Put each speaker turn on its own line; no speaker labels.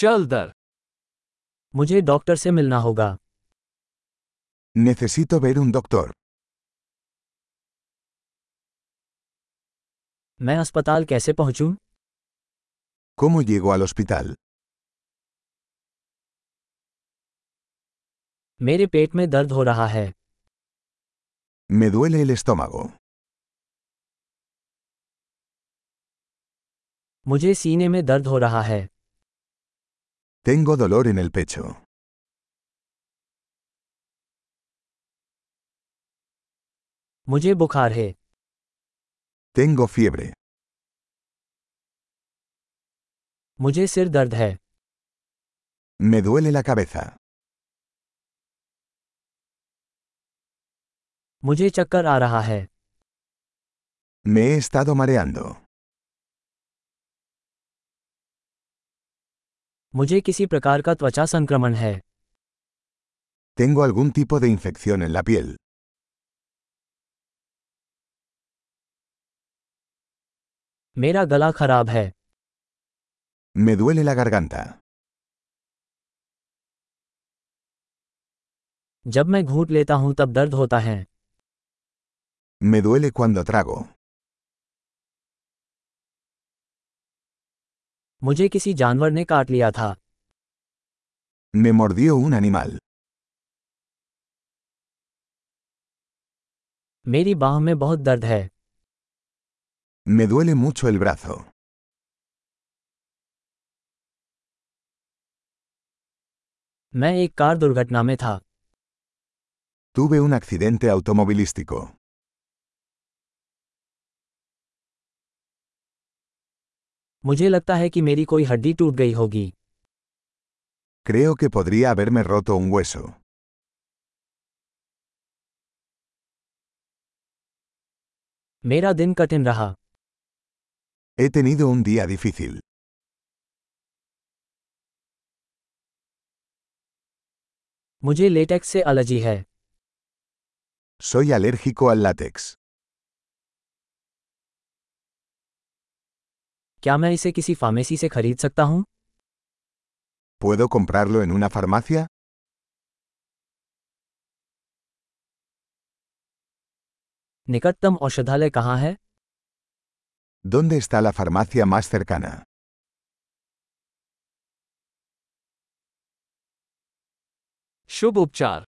चल दर
मुझे डॉक्टर से मिलना होगा
Necesito ver un doctor.
मैं अस्पताल कैसे पहुंचूं?
¿Cómo llego al hospital?
मेरे पेट में दर्द हो रहा है
Me duele el estómago.
मुझे सीने में दर्द हो रहा है
Tengo dolor en el pecho.
मुझे बुखार है
Tengo fiebre.
मुझे सिर दर्द है
Me duele la cabeza.
मुझे चक्कर आ रहा है
Me he estado mareando.
मुझे किसी प्रकार का त्वचा संक्रमण है
Tengo algún tipo de infección en la piel.
मेरा गला खराब है
Me duele la garganta.
जब मैं घूंट लेता हूं तब दर्द होता है
Me duele cuando trago.
मुझे किसी जानवर ने काट लिया था
Me mordió un animal.
मेरी बाह में बहुत दर्द है
Me duele mucho el brazo.
मैं एक कार दुर्घटना में था
Tuve un accidente automovilístico.
मुझे लगता है कि मेरी कोई हड्डी टूट गई होगी
Creo que podría haberme roto un hueso.
मेरा दिन कठिन रहा
He tenido un día difícil.
मुझे लेटेक्स से एलर्जी है
Soy alérgico al látex.
क्या मैं इसे किसी फार्मेसी से खरीद सकता हूँ
¿Puedo comprarlo en una farmacia?
निकटतम औषधालय कहाँ है
¿Dónde está la farmacia más cercana?
शुभ उपचार